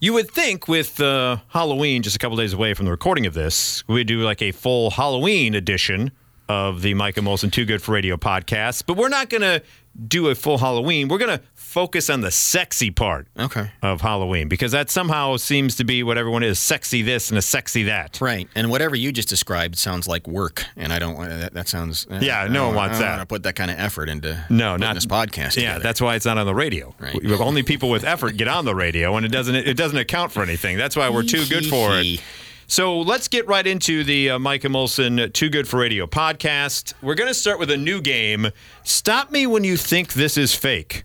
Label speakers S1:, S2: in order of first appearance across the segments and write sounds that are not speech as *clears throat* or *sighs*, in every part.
S1: You would think with uh, Halloween just a couple days away from the recording of this, we'd do like a full Halloween edition of the Micah Molson Too Good for Radio podcast, but we're not going to do a full Halloween. We're going to focus on the sexy part
S2: Okay.
S1: of Halloween because that somehow seems to be what everyone is sexy this and a sexy that.
S2: Right. And whatever you just described sounds like work, and I don't. want- That, that sounds. uh,
S1: Yeah, no one wants that.
S2: I want to put that kind of effort into.
S1: No,
S2: putting
S1: not
S2: this podcast.
S1: Yeah,
S2: together.
S1: that's why it's not on the radio.
S2: Right.
S1: W- Only people with effort get on the radio, and it doesn't it doesn't account for anything. That's why we're too good for it. So let's get right into the uh, Micah Molson Too Good for Radio podcast. We're going to start with a new game. Stop me when you think this is fake.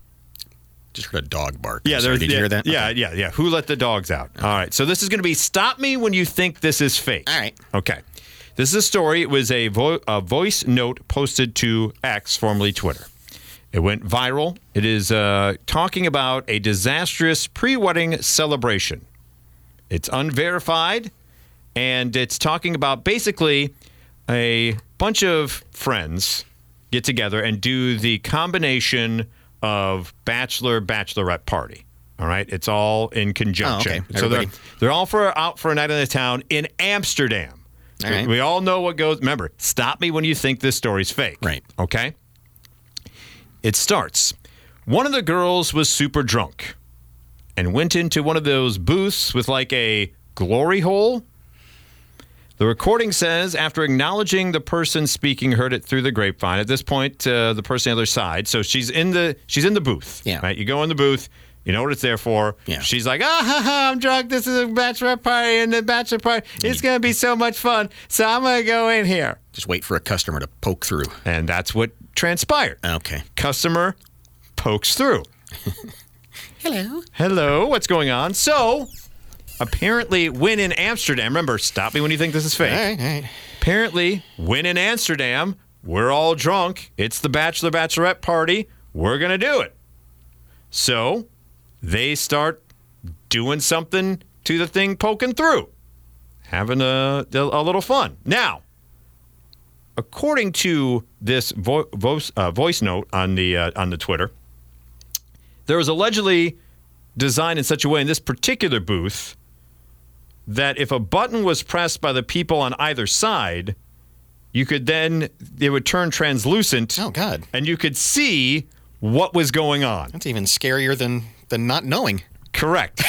S2: Just heard a dog bark.
S1: Yeah,
S2: I'm sorry,
S1: there's
S2: Did
S1: yeah,
S2: you hear that?
S1: Yeah,
S2: Okay.
S1: yeah, yeah. Who let the dogs out? All right. So this is going to be stop me when you think this is fake.
S2: All right.
S1: Okay. This is a story. It was a, vo- a voice note posted to X, formerly Twitter. It went viral. It is uh, talking about a disastrous pre wedding celebration. It's unverified, and it's talking about basically a bunch of friends get together and do the combination of bachelor bachelorette party. All right, it's all in conjunction.
S2: Oh, okay.
S1: So they're
S2: Everybody-
S1: they're all for out for a night in the town in Amsterdam.
S2: All right.
S1: We all know what goes. Remember, stop me when you think this story's fake.
S2: Right.
S1: Okay. It starts. One of the girls was super drunk and went into one of those booths with like a glory hole. The recording says after acknowledging the person speaking heard it through the grapevine. At this point, uh, the person on the other side. So she's in the she's in the booth.
S2: Yeah.
S1: Right. You go in the booth. You know what it's there for.
S2: Yeah.
S1: She's like, ah, ha, ha, I'm drunk. This is a bachelorette party, and the bachelor party, it's going to be so much fun. So I'm going to go in here.
S2: Just wait for a customer to poke through.
S1: And that's what transpired.
S2: Okay.
S1: Customer pokes through.
S2: Hello.
S1: Hello, what's going on? So, apparently, when in Amsterdam, remember, stop me when you think this is fake.
S2: All right. All right.
S1: Apparently, when in Amsterdam, we're all drunk. It's the Bachelor Bachelorette party. We're going to do it. So, they start doing something to the thing poking through, having a, a little fun. Now, according to this vo- voice, uh, voice note on the uh, on the Twitter, there was allegedly designed in such a way in this particular booth that if a button was pressed by the people on either side, you could then it would turn translucent,
S2: Oh God,
S1: and you could see what was going on.
S2: that's even scarier than than not knowing.
S1: Correct.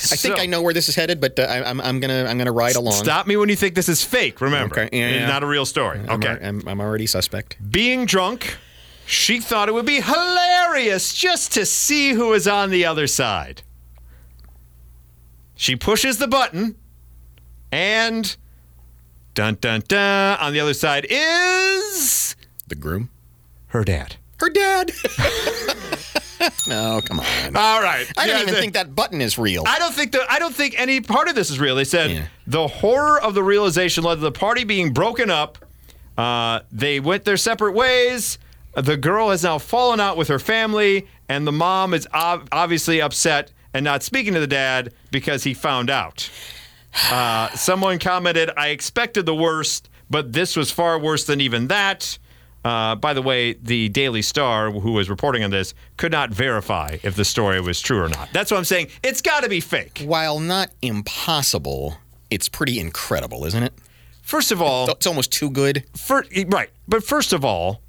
S2: I think I know where this is headed, but uh, I, I'm I'm gonna I'm gonna ride along.
S1: Stop me when you think this is fake. Remember,
S2: Okay, yeah,
S1: it's
S2: yeah.
S1: not a real story.
S2: I'm,
S1: okay.
S2: al- I'm, I'm already suspect.
S1: Being drunk, she thought it would be hilarious just to see who is on the other side. She pushes the button, and dun dun dun. On the other side is
S2: The groom.
S1: her dad.
S2: Her dad. *laughs* no, come on.
S1: *laughs* All right.
S2: I
S1: Yeah,
S2: don't even
S1: the-
S2: think that button is real.
S1: I don't think the I don't think any part of this is real. They said
S2: Yeah.
S1: the horror of the realization led to the party being broken up. Uh, they went their separate ways. The girl has now fallen out with her family, and the mom is ob- obviously upset and not speaking to the dad because he found out. Uh, someone commented, "I expected the worst, but this was far worse than even that." Uh, by the way, the Daily Star, who was reporting on this, could not verify if the story was true or not. That's what I'm saying. It's got to be fake.
S2: While not impossible, it's pretty incredible, isn't it?
S1: First of all,
S2: It's almost too good.
S1: fir- right. But first of all,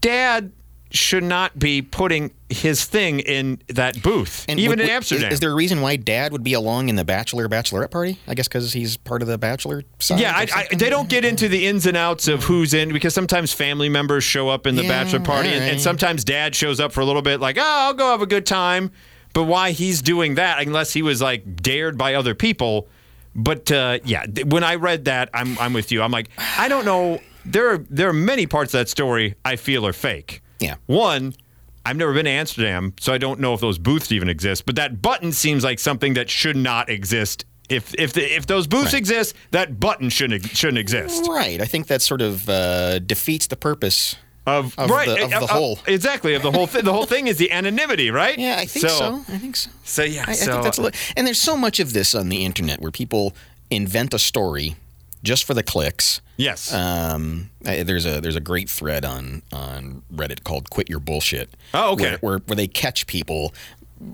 S1: Dad should not be putting his thing in that booth, even
S2: would-
S1: in
S2: would-
S1: Amsterdam.
S2: Is, is there a reason why Dad would be along in the Bachelor Bachelorette party? I guess because he's part of the Bachelor side.
S1: Yeah,
S2: or
S1: I, I,
S2: something?
S1: they don't get into the ins and outs of who's in because sometimes family members show up in the
S2: Yeah,
S1: bachelor party, and, and
S2: alright.
S1: sometimes dad shows up for a little bit, like, oh, I'll go have a good time. But why he's doing that, unless he was like dared by other people. But uh, yeah, th- when I read that, I'm, I'm with you. I'm like, I don't know. There are, there are many parts of that story I feel are fake.
S2: Yeah.
S1: One, I've never been to Amsterdam, so I don't know if those booths even exist. But that button seems like something that should not exist. If if the, if those booths exist, that button shouldn't ex- shouldn't exist.
S2: Right. I think that sort of uh, defeats the purpose.
S1: Of,
S2: Of
S1: right eh, uh,
S2: the- of the whole.
S1: exactly of the whole thing. The whole thing is the anonymity, right?
S2: Yeah, I think so. I think so.
S1: So yeah,
S2: I, I
S1: so uh,
S2: think that's a li- and there's so much of this on the internet where people invent a story just for the clicks.
S1: yes.
S2: Um, I, there's a there's a great thread on on Reddit called "Quit Your Bullshit."
S1: Oh, okay.
S2: Where, where, where they catch people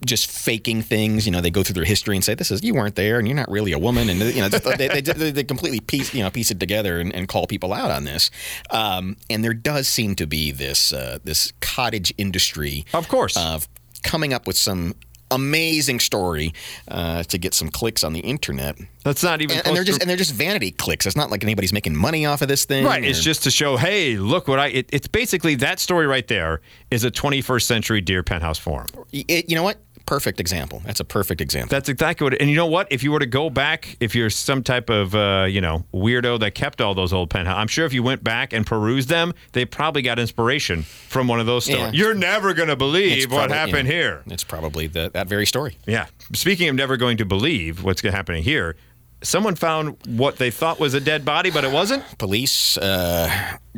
S2: just faking things. You know, they go through their history and say, "This is you weren't there, and you're not really a woman," and you know, just, they, they, they, they completely piece you know piece it together and, and call people out on this. Um, and there does seem to be this uh, this cottage industry
S1: Of course.
S2: of coming up with some amazing story uh, to get some clicks on the internet.
S1: That's not even
S2: And,
S1: close
S2: and they're just
S1: to-
S2: and they're just vanity clicks. It's not like anybody's making money off of this thing.
S1: Right. It's
S2: or-
S1: just to show, hey, look what I. It, it's basically that story right there is a 21st century Deer Penthouse Forum.
S2: it, you know what? Perfect example. That's a perfect example.
S1: That's exactly what. And you know what? If you were to go back, if you're some type of uh, you know weirdo that kept all those old penthouse, I'm sure if you went back and perused them, they probably got inspiration from one of those stories.
S2: Yeah.
S1: You're never gonna believe
S2: It's
S1: what
S2: probably-
S1: happened
S2: yeah.
S1: here.
S2: It's probably the, that very story.
S1: Yeah. Speaking of never going to believe what's happening here, someone found what they thought was a dead body, but it wasn't.
S2: Police uh,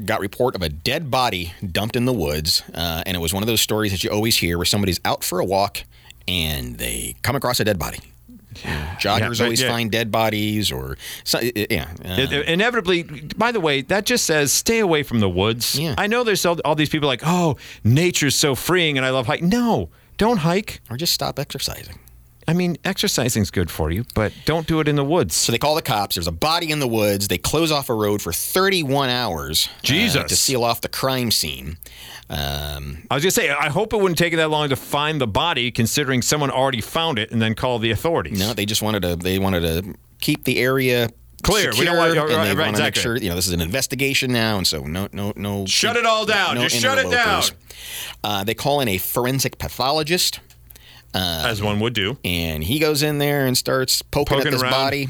S2: got report of a dead body dumped in the woods, uh, and it was one of those stories that you always hear where somebody's out for a walk and they come across a dead body. Joggers
S1: but
S2: always
S1: yeah.
S2: find dead bodies, or so, i- i- yeah, uh,
S1: It- it- inevitably, by the way, that just says stay away from the woods.
S2: Yeah.
S1: I know there's all, all these people like, oh, nature's so freeing and I love hiking. No, don't hike.
S2: or just stop exercising.
S1: I mean, exercising's good for you, but don't do it in the woods.
S2: So they call the cops. There's a body in the woods. They close off a road for 31 hours. uh,
S1: Jesus.
S2: to seal off the crime scene. Um,
S1: I was going to say, I hope it wouldn't take that long to find the body, considering someone already found it and then called the authorities.
S2: No, they just wanted to. They wanted to keep the area
S1: Clear. We
S2: Secure,
S1: don't want-
S2: and
S1: right,
S2: they
S1: right,
S2: wanna make
S1: exactly.
S2: sure you know this is an investigation now, and so no, no, no.
S1: Shut it all down. Just shut it down.
S2: interlopers. Uh, they call in a forensic pathologist,
S1: As one would do.
S2: and he goes in there and starts poking,
S1: Poking
S2: at this
S1: around.
S2: body.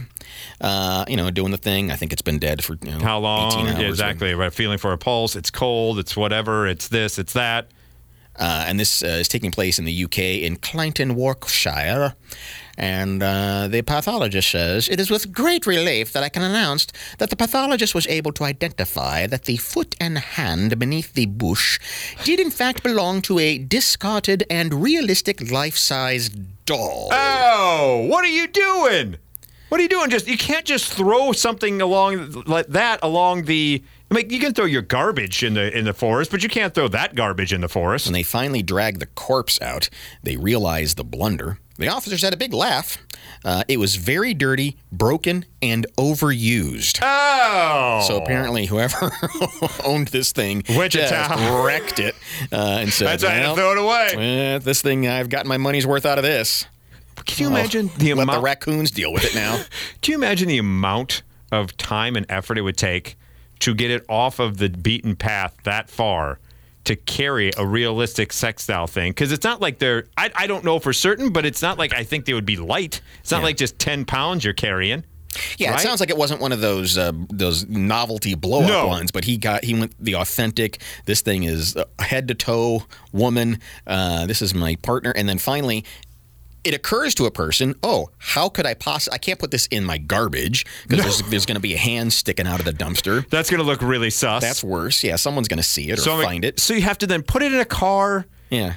S2: Uh, you know, doing the thing. I think it's been dead for you know,
S1: How long?
S2: 18 hours
S1: Yeah, exactly. Right. Feeling for a pulse. It's cold. It's whatever. It's this. It's that.
S2: Uh, and this uh, is taking place in the UK in Clinton, Warwickshire. And uh, the pathologist says, It is with great relief that I can announce that the pathologist was able to identify that the foot and hand beneath the bush did in fact belong to a discarded and realistic life size doll.
S1: Oh, what are you doing? What are you doing? Just you can't just throw something along like that along the. I mean, you can throw your garbage in the in the forest, but you can't throw that garbage in the forest.
S2: When they finally drag the corpse out, they realize the blunder. The officers had a big laugh. Uh, it was very dirty, broken, and overused.
S1: Oh,
S2: So apparently, whoever *laughs* owned this thing
S1: Went to
S2: just
S1: town.
S2: wrecked it uh, and said,
S1: that's why I had to
S2: "Well,
S1: throw it away.
S2: eh, "This thing, I've gotten my money's worth out of this."
S1: Can you imagine the
S2: Let
S1: amount?
S2: the raccoons deal with
S1: *laughs*
S2: it now.
S1: do you imagine the amount of time and effort it would take to get it off of the beaten path that far? To carry a realistic sextile thing, because it's not like they're, I, I don't know for certain, but it's not like I think they would be light. It's not like just 10 pounds you're carrying.
S2: Yeah,
S1: Right?
S2: it sounds like it wasn't one of those uh, those novelty blow up
S1: No.
S2: ones, but he got he went the authentic. This thing is uh, head to toe woman. Uh, this is my partner, and then finally. It occurs to a person, oh, how could I possibly? I can't put this in my garbage because there's, there's going to be a hand sticking out of the dumpster.
S1: That's going to look really sus.
S2: That's worse. Yeah, someone's going to see it or
S1: I'm like-
S2: find it.
S1: So you have to then put it in a car.
S2: Yeah.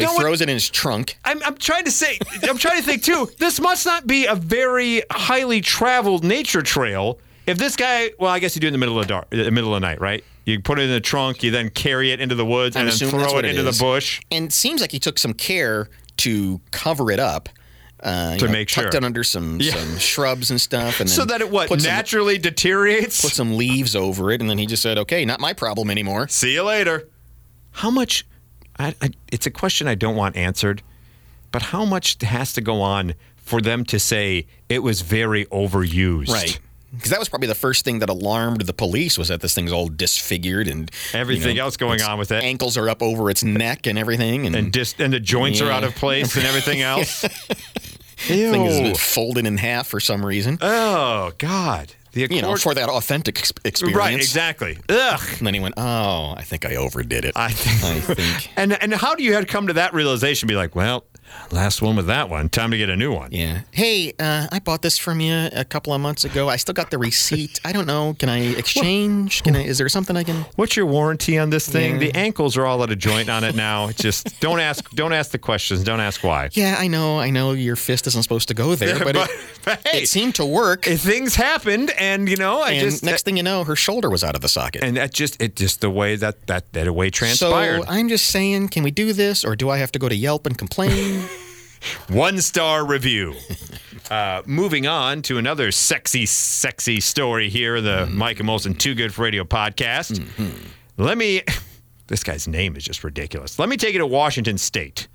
S1: No
S2: he
S1: one-
S2: throws it in his trunk.
S1: I'm, I'm trying to say, I'm trying to think too. This must not be a very highly traveled nature trail. If this guy, well, I guess you do it in the middle of dark, the middle of the night, right? You put it in the trunk, you then carry it into the woods,
S2: I'm
S1: and then
S2: assuming that's
S1: throw it
S2: what it
S1: into
S2: is.
S1: the bush.
S2: And it seems like he took some care to cover it up. Uh, you
S1: To
S2: know,
S1: make
S2: tucked
S1: sure.
S2: it under some, some shrubs and stuff. And
S1: So that
S2: then
S1: it what
S2: put some,
S1: naturally deteriorates.
S2: put some leaves over it. And then he just said, okay, not my problem anymore.
S1: See you later. How much? I, I, it's a question I don't want answered, but how much has to go on for them to say it was very overused?
S2: Right. Because that was probably the first thing that alarmed the police was that this thing's all disfigured and you
S1: Everything
S2: know,
S1: else going
S2: its
S1: on with it.
S2: Ankles are up over its neck and everything. And,
S1: and dis- and the joints are
S2: Yeah.
S1: out of place and
S2: *laughs*
S1: everything else.
S2: thing is
S1: Ew.
S2: folded in half for some reason.
S1: Oh God. The
S2: you know,
S1: accord-
S2: for that authentic ex- experience.
S1: right, exactly. Ugh.
S2: And then he went, "Oh, I think I overdid it."
S1: I think-
S2: I think.
S1: And and how do you had come to that realization? Be like, well, last one with that one. Time to get a new one.
S2: Yeah. Hey, uh, I bought this from you a couple of months ago. I still got the receipt. I don't know. Can I exchange? Can I? Is there something I can?
S1: What's your warranty on this thing? The ankles are all out of joint on it
S2: *laughs*
S1: now. It's Just don't ask. Don't ask the questions. Don't ask why.
S2: Yeah, I know. I know your fist isn't supposed to go there, but,
S1: But,
S2: it,
S1: but hey,
S2: it seemed to work.
S1: if things happened, and you know, I
S2: and
S1: just uh,
S2: next thing you know, her shoulder was out of the socket.
S1: and that just it just the way that that that way transpired. *laughs*
S2: So I'm just saying, can we do this, or do I have to go to Yelp and complain?
S1: One star review. *laughs* Uh, moving on to another sexy, sexy story here in the Mike and Molson Too Good for Radio podcast. Let me, *laughs* this guy's name is just ridiculous. Let me take you to Washington State,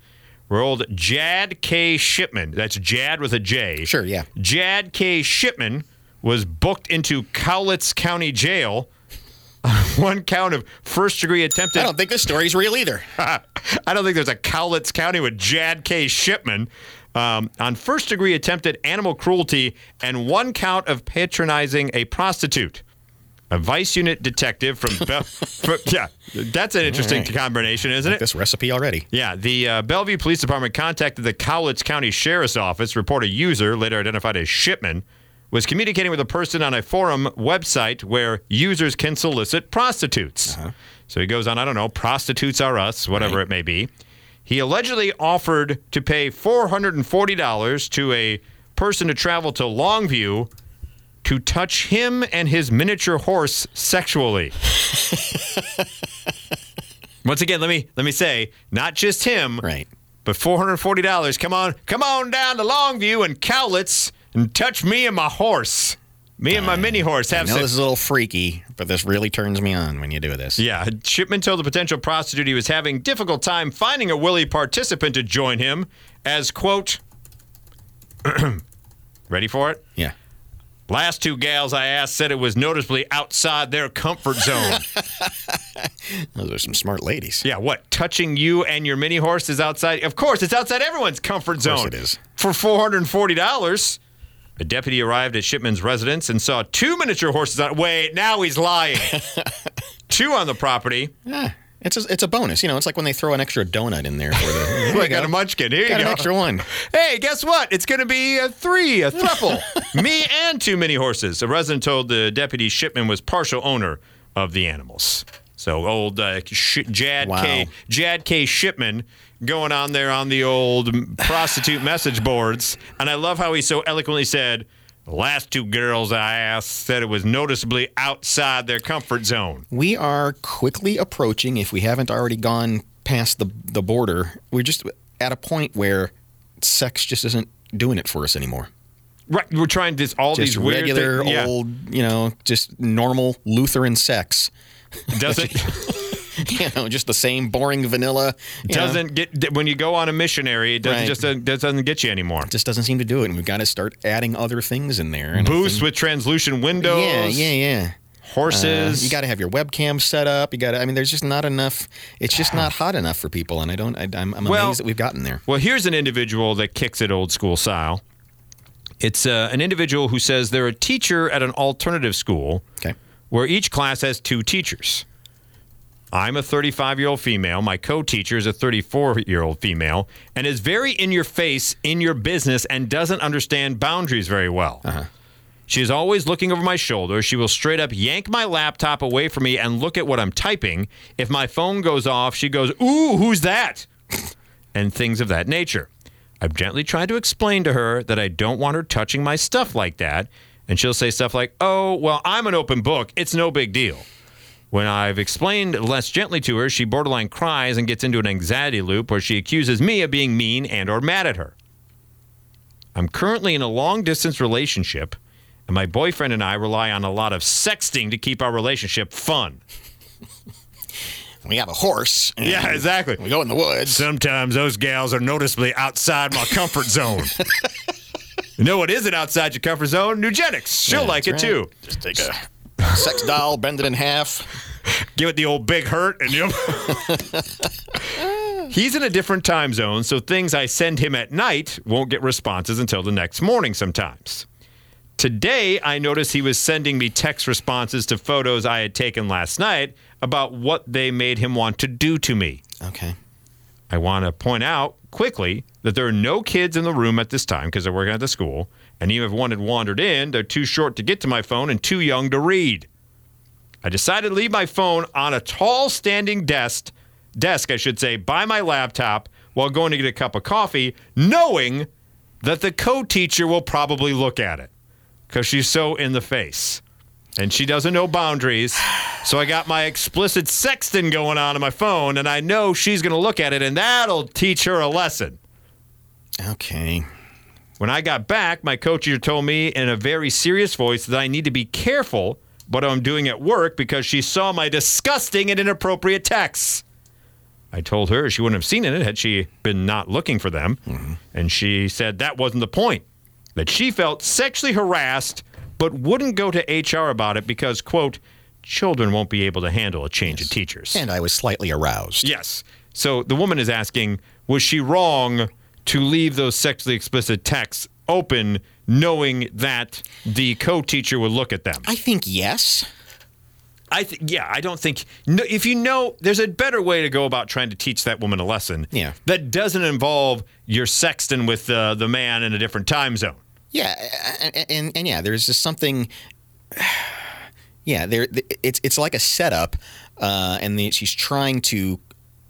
S1: where old Jad K. Shipman, that's Jad with a J.
S2: Sure, yeah.
S1: Jad K. Shipman was booked into Cowlitz County Jail *laughs* on one count of first degree attempted
S2: I don't think this story's
S1: *laughs*
S2: real either.
S1: I don't think there's a Cowlitz County with Jad K. Shipman um, on first degree attempted animal cruelty and one count of patronizing a prostitute. A vice unit detective from Bel- *laughs* from- yeah, that's an interesting combination, isn't it?
S2: This recipe already.
S1: Yeah, the uh, Bellevue Police Department contacted the Cowlitz County Sheriff's Office. Report a user, later identified as Shipman, was communicating with a person on a forum website where users can solicit prostitutes. So he goes on, I don't know, prostitutes are us, whatever it may be. He allegedly offered to pay $440 to a person to travel to Longview to touch him and his miniature horse
S2: *laughs*
S1: sexually. Once again, let me let me say, not just him,
S2: Right.
S1: but four hundred forty dollars. Come on, come on down to Longview and Cowlitz and touch me and my horse. Me and my mini horse
S2: I
S1: have
S2: know
S1: sex.
S2: this is a little freaky, but this really turns me on when you do this.
S1: Yeah, Shipman told the potential prostitute he was having difficult time finding a willing participant to join him as quote. *clears throat* ready for it?
S2: Yeah.
S1: Last two gals I asked said it was noticeably outside their comfort zone.
S2: Those are some smart ladies.
S1: Yeah, what? Touching you and your mini horse is outside. Of course, it's outside everyone's comfort zone.
S2: course it is.
S1: For $440. A deputy arrived at Shipman's residence and saw two miniature horses on. Wait, now he's
S2: *laughs*
S1: lying. two on the property.
S2: Yeah. It's a, it's a bonus. You know, it's like when they throw an extra donut in there for the.
S1: *laughs*
S2: Here you
S1: I got a munchkin. Here you
S2: Got an
S1: go.
S2: extra one.
S1: Hey, guess what? It's going to be a three, a *laughs* thruple. Me and two mini horses. A resident told the deputy Shipman was partial owner of the animals. So old uh, Sh- Jad K.
S2: Wow.
S1: Jad K. Shipman going on there on the old prostitute message boards, and I love how he so eloquently said, "The last two girls I asked said it was noticeably outside their comfort zone."
S2: We are quickly approaching, if we haven't already gone past the the border, we're just at a point where sex just isn't doing it for us anymore.
S1: Right, we're trying this all
S2: Just
S1: these weird thi-
S2: regular
S1: yeah.
S2: old, you know, just normal Lutheran sex. *laughs*
S1: *laughs* doesn't.
S2: you know, just the same boring vanilla. you know,
S1: doesn't get when you go on a missionary. It doesn't
S2: Right.
S1: just doesn't, that doesn't get you anymore.
S2: just doesn't seem to do it, and we've got to start adding other things in there. And I
S1: Booths with translucent
S2: think-
S1: windows.
S2: Yeah, yeah, yeah. Uh,
S1: Horses.
S2: you got to have your webcam set up. You got to. I mean, there's just not enough. It's just not hot enough for people, and I don't. I, I'm, I'm
S1: Well-
S2: amazed that we've gotten there.
S1: Well, here's an individual that kicks it old school style. It's uh, an individual who says they're a teacher at an alternative school
S2: Okay.
S1: where each class has two teachers. I'm a 35 year old female. My co teacher is a 34 year old female and is very in your face, in your business, and doesn't understand boundaries very well. She is always looking over my shoulder. She will straight up yank my laptop away from me and look at what I'm typing. If my phone goes off, she goes, Ooh, who's that? and things of that nature. I've gently tried to explain to her that I don't want her touching my stuff like that, and she'll say stuff like, Oh, well, I'm an open book. It's no big deal. When I've explained less gently to her, she borderline cries and gets into an anxiety loop where she accuses me of being mean and or mad at her. I'm currently in a long distance relationship, and my boyfriend and I rely on a lot of sexting to keep our relationship fun.
S2: We have a horse. and
S1: exactly.
S2: We go in the woods.
S1: Sometimes those gals are noticeably outside my comfort zone. you know what isn't outside your comfort zone? Nugenics. She'll
S2: Yeah,
S1: like it
S2: that's right.
S1: too.
S2: Just take a sex doll, bend it in half.
S1: Give it the old big hurt and
S2: *laughs*
S1: you'll. He's in a different time zone, so things I send him at night won't get responses until the next morning sometimes. Today, I noticed he was sending me text responses to photos I had taken last night about what they made him want to do to me.
S2: Okay.
S1: I want to point out quickly that there are no kids in the room at this time because they're working at the school. And even if one had wandered in, they're too short to get to my phone and too young to read. I decided to leave my phone on a tall standing desk, desk I should say, by my laptop while going to get a cup of coffee, knowing that the co-teacher will probably look at it because she's so in the face. And she doesn't know boundaries. So I got my explicit sexting going on on my phone, and I know she's going to look at it, and that'll teach her a lesson.
S2: Okay.
S1: When I got back, my coach here told me in a very serious voice that I need to be careful what I'm doing at work because she saw my disgusting and inappropriate texts. I told her she wouldn't have seen it had she been not looking for them. And she said that wasn't the point, that she felt sexually harassed but wouldn't go to HR about it because, quote, children won't be able to handle a change of
S2: *laughs*
S1: teachers.
S2: And I was slightly aroused.
S1: Yes. So the woman is asking, was she wrong to leave those sexually explicit texts open, knowing that the co-teacher would look at them?
S2: I think yes.
S1: I th- yeah, I don't think no, if you know, there's a better way to go about trying to teach that woman a lesson.
S2: Yeah.
S1: That doesn't involve your sexting with uh, the man in a different time zone.
S2: Yeah, and, and, and yeah, there's just something. *sighs* Yeah, there. It's it's like a setup, uh, and the, she's trying to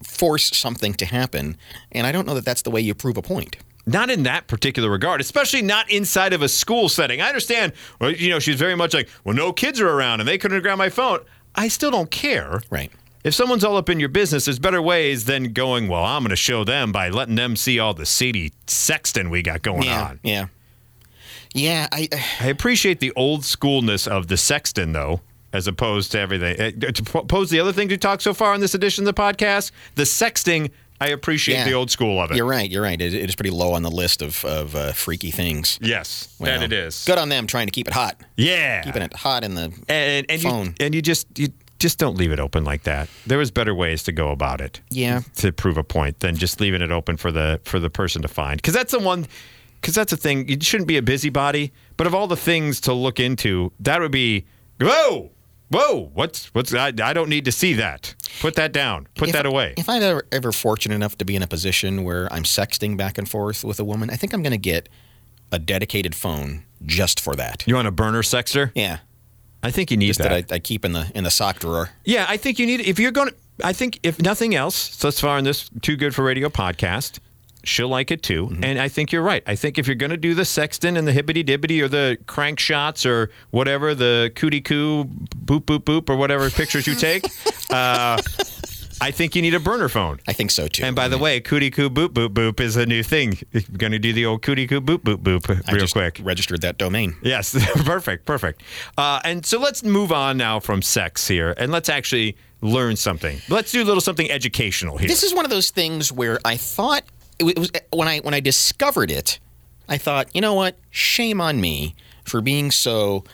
S2: force something to happen, and I don't know that that's the way you prove a point.
S1: not in that particular regard, especially not inside of a school setting. I understand, well, you know, she's very much like, well, no kids are around and they couldn't grab my phone. I still don't care.
S2: Right.
S1: If someone's all up in your business, there's better ways than going, well, I'm going to show them by letting them see all the seedy sexting we got going
S2: Yeah.
S1: on.
S2: Yeah. Yeah. I. *sighs*
S1: I appreciate the old schoolness of the sexting, though, as opposed to everything. eh, To pose the other things we talked so far on this edition of the podcast, the sexting, I appreciate
S2: Yeah.
S1: the old school of it.
S2: You're right. You're right. It, it is pretty low on the list of of uh, freaky things.
S1: yes,
S2: Well,
S1: that it is.
S2: Good on them trying to keep it hot,
S1: Yeah.
S2: keeping it hot in the.
S1: and and you
S2: Phone.
S1: and you just you just don't leave it open like that. There was better ways to go about it.
S2: Yeah.
S1: To prove a point than just leaving it open for the for the person to find because that's the one because that's the thing you shouldn't be a busybody. But of all the things to look into, that would be whoa. Whoa! What's what's? I, I don't need to see that. Put that down. Put
S2: If-
S1: that away.
S2: If I'm ever, ever fortunate enough to be in a position where I'm sexting back and forth with a woman, I think I'm going to get a dedicated phone just for that.
S1: you want a burner sexter?
S2: Yeah,
S1: I think you need
S2: just that, I, I keep in the in the sock drawer.
S1: Yeah, I think you need if you're going to I think if nothing else thus far in this Too Good for Radio podcast, she'll like it too.
S2: Mm-hmm.
S1: And I think you're right. I think if you're going to do the sexton and the hibbity dibbity or the crank shots or whatever the cootie coo boop boop boop or whatever pictures you
S2: *laughs*
S1: take, uh, I think you need a burner phone.
S2: I think so too.
S1: And by the way, cootie coo boop boop boop is a new thing. You're going to do the old cootie coo boop boop boop
S2: I
S1: real
S2: just
S1: quick.
S2: registered that domain.
S1: Yes, *laughs* perfect, perfect. Uh, and so let's move on now from sex here, and let's actually learn something. Let's do a little something educational here.
S2: This is one of those things where I thought it was- it was when I when I discovered it, I thought, you know what? Shame on me for being so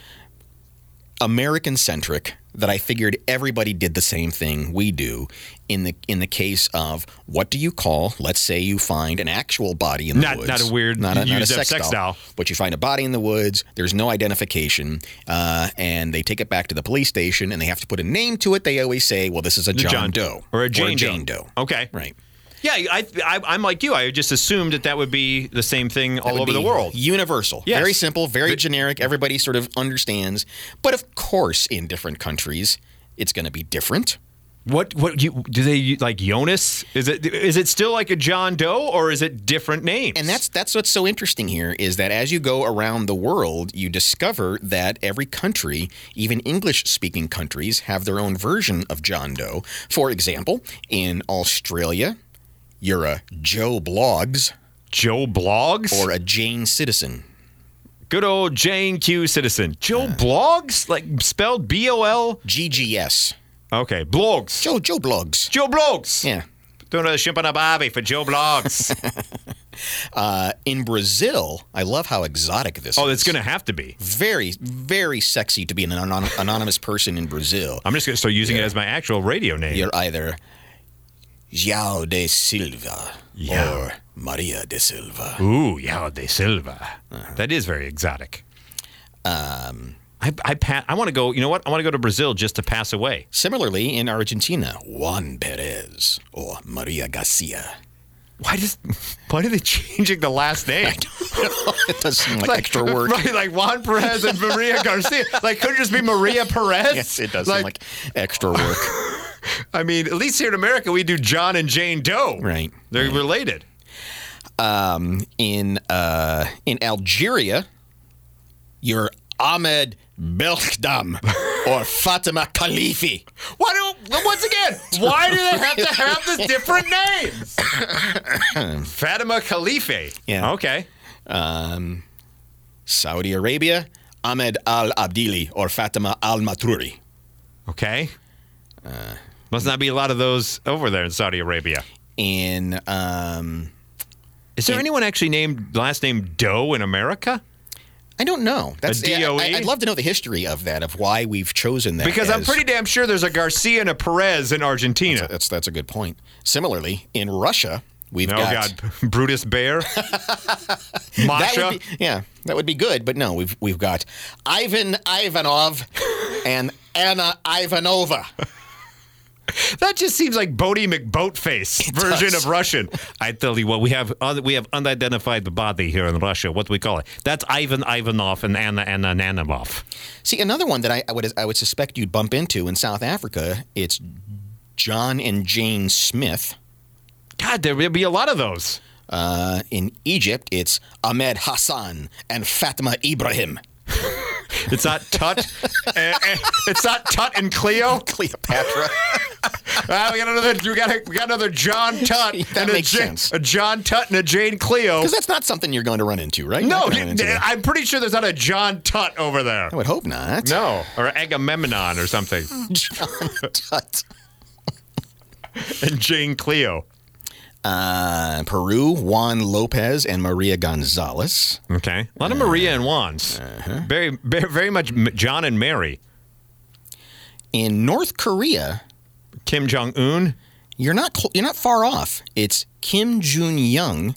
S2: American centric that I figured everybody did the same thing we do in the in the case of what do you call? Let's say you find an actual body in the
S1: Not-
S2: woods,
S1: not a weird used up sex doll.
S2: but you find a body in the woods. There's no identification, uh, and they take it back to the police station, and they have to put a name to it. They always say, "Well, this is a John, Doe
S1: or a Jane,
S2: Doe."
S1: Okay,
S2: Right.
S1: Yeah, I, I, I'm like you. I just assumed that that would be the same thing all
S2: would
S1: over the
S2: be
S1: world.
S2: Universal.
S1: Yes.
S2: Very simple, very generic. Everybody sort of understands. But of course, in different countries, it's going to be different.
S1: What what you, do they like? Jonas? Is it is it still like a John Doe, or is it different names?
S2: And that's that's what's so interesting here is that as you go around the world, you discover that every country, even English-speaking countries, have their own version of John Doe. For example, in Australia, you're a Joe Blogs
S1: Joe Blogs
S2: or a Jane Citizen.
S1: good old Jane Q Citizen. Joe Blogs, like spelled B O L.
S2: GGS.
S1: Okay, Blogs.
S2: Joe Joe Blogs.
S1: Joe Blogs.
S2: Yeah.
S1: Doing another shimp on a bobby for Joe *laughs* Blogs.
S2: Uh, in Brazil, I love how exotic this
S1: oh,
S2: is.
S1: it's going to have to be.
S2: very, very sexy to be an anon- anonymous person in Brazil.
S1: I'm just going to start using it as my actual radio name.
S2: You're either João de Silva
S1: Yeah.
S2: or Maria de Silva.
S1: Ooh, Yao de Silva. That is very exotic. Uh-huh. Um, I I, pa- I want to go. You know what? I want to go to Brazil just to pass away.
S2: Similarly, in Argentina, Juan Perez or Maria Garcia. *laughs*
S1: Why does Why are they changing the last *laughs* name?
S2: it does seem like, extra work.
S1: Right, like Juan Perez and *laughs* Maria Garcia. Like, could it just be Maria Perez?
S2: Yes, it does seem like extra work.
S1: I mean, at least here in America, we do John and Jane Doe.
S2: Right,
S1: They're related.
S2: um, in uh,
S1: *laughs*
S2: in Algeria, you're Ahmed Belkdam. or Fatima Khalifi.
S1: Why do once again? Why do they have to have the different names? *coughs* Fatima Khalife.
S2: Yeah.
S1: Okay.
S2: Um, Saudi Arabia, Ahmed Al Abdili or Fatima Al Matruri.
S1: Okay. Uh, Must not be a lot of those over there in Saudi Arabia.
S2: In um,
S1: Is there anyone actually named last name Doe in America?
S2: I don't know. That's
S1: A DOE?
S2: I, would love to know the history of that, of why we've chosen that.
S1: E? Because I'm
S2: as-
S1: pretty damn sure there's a Garcia and a Perez in Argentina.
S2: That's that's a good point. Similarly, in Russia, we've
S1: Oh
S2: got
S1: God, Brutus Bear,
S2: *laughs* That
S1: Masha.
S2: would be, yeah, that would be good, but no, we've we've got Ivan Ivanov and Anna
S1: *laughs*
S2: Ivanova.
S1: That just seems like Bodie McBoatface version
S2: does.
S1: of Russian. I tell you what, we have un- we have unidentified body here in Russia. What do we call it? That's Ivan Ivanov and Anna Anna Nanimov.
S2: See, another one that I, I would I would suspect you'd bump into in South Africa. It's John and Jane Smith.
S1: God, there will be a lot of those.
S2: Uh, in Egypt, it's Ahmed Hassan and Fatima Ibrahim.
S1: It's not *laughs* Tut. eh, eh, it's not Tut and Cleo.
S2: *laughs* Cleopatra.
S1: Ah, we got another. We got a, we got another John Tut
S2: That
S1: and a,
S2: makes
S1: Ja-
S2: sense.
S1: a John Tut and a Jane Cleo.
S2: Because that's not something you're going to run into, right? You're
S1: No,
S2: not gonna run into that.
S1: I'm pretty sure there's not a John Tut over there.
S2: I would hope not.
S1: No, or Agamemnon or something,
S2: *laughs*
S1: *laughs*
S2: John Tut.
S1: and Jane Cleo.
S2: Uh, Peru, Juan Lopez and Maria Gonzalez.
S1: Okay, a lot of Maria and Juan's. Very, very, very much M- John and Mary.
S2: In North Korea,
S1: Kim Jong Un.
S2: you're not cl- you're not far off. It's Kim Jun Young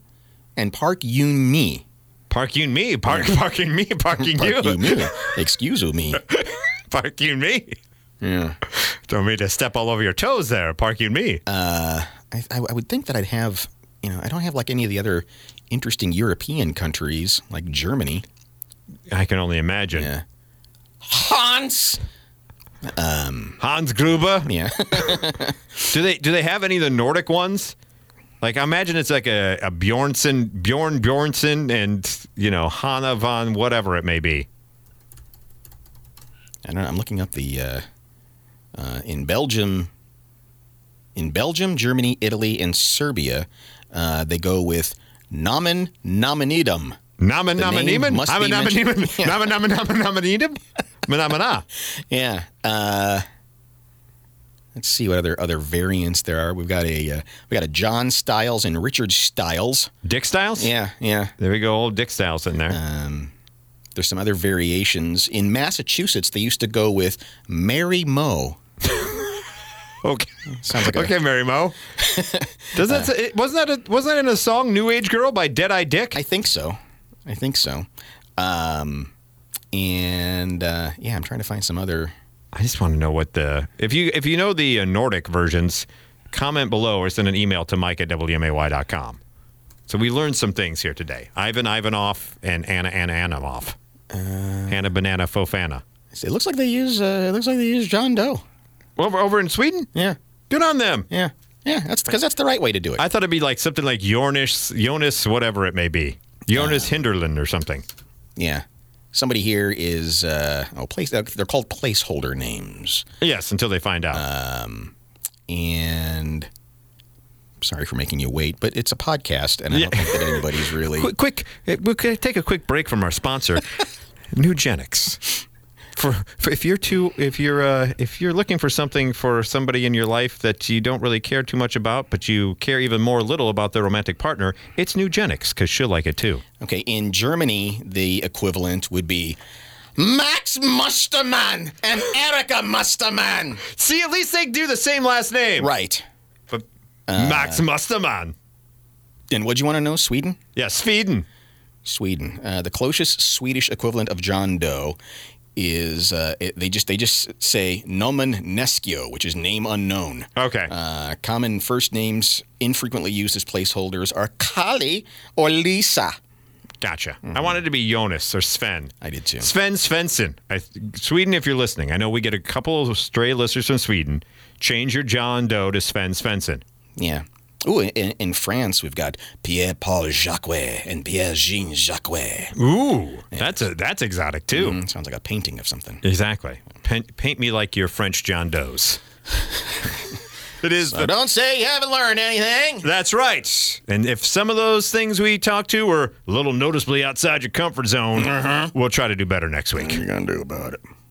S2: and Park Yoon Mi.
S1: Park you and me, park, parking me, parking
S2: Park
S1: you,
S2: Yoon Mi. Excuse me.
S1: park you and me.
S2: Yeah.
S1: Don't mean to step all over your toes there. Park you and me.
S2: I, I, I would think that I'd have you know I don't have like any of the other interesting European countries like Germany.
S1: I can only imagine.
S2: Yeah. Hans.
S1: Hans Gruber.
S2: Yeah. *laughs*
S1: Do they do they have any of the Nordic ones? Like I imagine it's like a, a Bjornson, Bjorn Bjornson, and you know Hanna von whatever it may be.
S2: I don't know. I'm looking up the uh, uh, in Belgium, in Belgium, Germany, Italy, and Serbia. Uh, they go with nomen nominidum.
S1: Nama
S2: The
S1: nama
S2: name
S1: nemen.
S2: must
S1: Nama
S2: be
S1: nama
S2: mentioned.
S1: nemen. Nama nama nama nama nemen. Manamana.
S2: Yeah. Uh, let's see what other other variants there are. We've got a uh, we got a John Styles and Richard Styles.
S1: Dick Styles.
S2: Yeah, yeah.
S1: There we go. Old Dick Styles in there.
S2: There's some other variations in Massachusetts. They used to go with Mary Moe.
S1: okay.
S2: Sounds like
S1: Okay, Mary Mo. Does that it- wasn't that a, wasn't that in a song "New Age Girl" by Dead Eye Dick?
S2: I think so. I think so. Um, and uh, yeah, I'm trying to find some other.
S1: I just want to know what the if you if you know the uh, Nordic versions, comment below or send an email to Mike at wmay.com. So we learned some things here today. Ivan Ivanov and Anna Anna Anamov.
S2: Uh.
S1: Anna Banana Fofana.
S2: It looks like they use. Uh, it looks like they use John Doe.
S1: Over over in Sweden?
S2: Yeah,
S1: Good on them.
S2: yeah, yeah. That's because that's the right way to do it.
S1: I thought it'd be like something like Jornish Jonas whatever it may be. Jonas Hinderland or something.
S2: yeah. Somebody here is. Uh, oh, place. They're called placeholder names.
S1: Yes, until they find out.
S2: And sorry for making you wait, but it's a podcast, and I don't think that anybody's really.
S1: quick, quick uh, we could take a quick break from our
S2: *laughs*
S1: sponsor, Nugenics. For, for if you're too if you're uh, if you're looking for something for somebody in your life that you don't really care too much about, but you care even more little about their romantic partner, it's Nugenics because she'll like it too.
S2: Okay, in Germany, the equivalent would be Max Mustermann and Erica Mustermann.
S1: See, at least they do the same last name.
S2: Right. Uh.
S1: But Max Mustermann.
S2: And what do you want to know? Sweden?
S1: Yeah, Sweden.
S2: Sweden. Uh, the closest Swedish equivalent of John Doe is uh, it, they just they just say nomen nescio, which is name unknown.
S1: Okay.
S2: Uh, common first names infrequently used as placeholders are Kali or Lisa.
S1: Gotcha.
S2: Mm-hmm.
S1: I wanted to be Jonas or Sven.
S2: I did too.
S1: Sven Svensson. I, Sweden, if you're listening, I know we get a couple of stray listeners from Sweden. Change your John Doe to Sven Svensson.
S2: Yeah. Ooh, in, in France, we've got Pierre Paul Jacques and Pierre Jean Jacques.
S1: Ooh, that's a that's exotic too.
S2: Mm, sounds like a painting of something.
S1: Exactly. Paint, paint me like your French John Doe's. *laughs* it is.
S2: But don't say you haven't learned anything.
S1: That's right. And if some of those things we talked to Uh-huh. were a little noticeably outside your comfort zone, we'll try to do better next week.
S2: you going to do about it?